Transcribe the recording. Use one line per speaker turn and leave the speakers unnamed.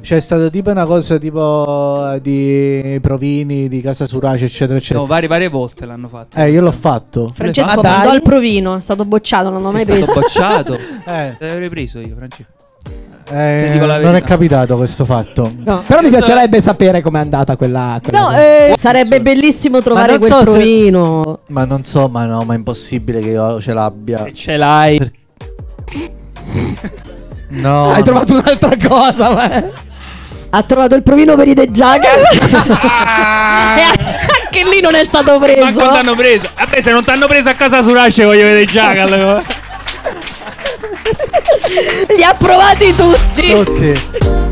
C'è stata tipo una cosa tipo eh, di Provini, di Casa Surace, eccetera,
No,
Cioè
eccetera.
varie, varie volte l'hanno fatto.
eh, io l'ho fatto.
Ah,
Francesco
dai.
mandò al provino, è stato bocciato, non l'ho mai
Sei
preso.
stato bocciato.
Eh,
Te l'avrei preso io, Francesco.
eh,
Ti dico la
non è
verità.
capitato questo fatto.
No.
Però mi piacerebbe sapere com'è andata quella. quella
No,
cosa.
eh, sarebbe bellissimo trovare
non
quel
so se-
provino.
Ma non so, ma no, ma è impossibile che io ce l'abbia.
Ah.
Se ce l'hai. Perché
No.
Hai trovato un'altra cosa, ma-
Ha trovato il provino per i The Jaggers. e anche lì non è stato preso.
Manco Ah! t'hanno preso. Vabbè, se non t'hanno preso a casa Surace, voglio vedere già. allora.
Li ha provati tutti.
tutti.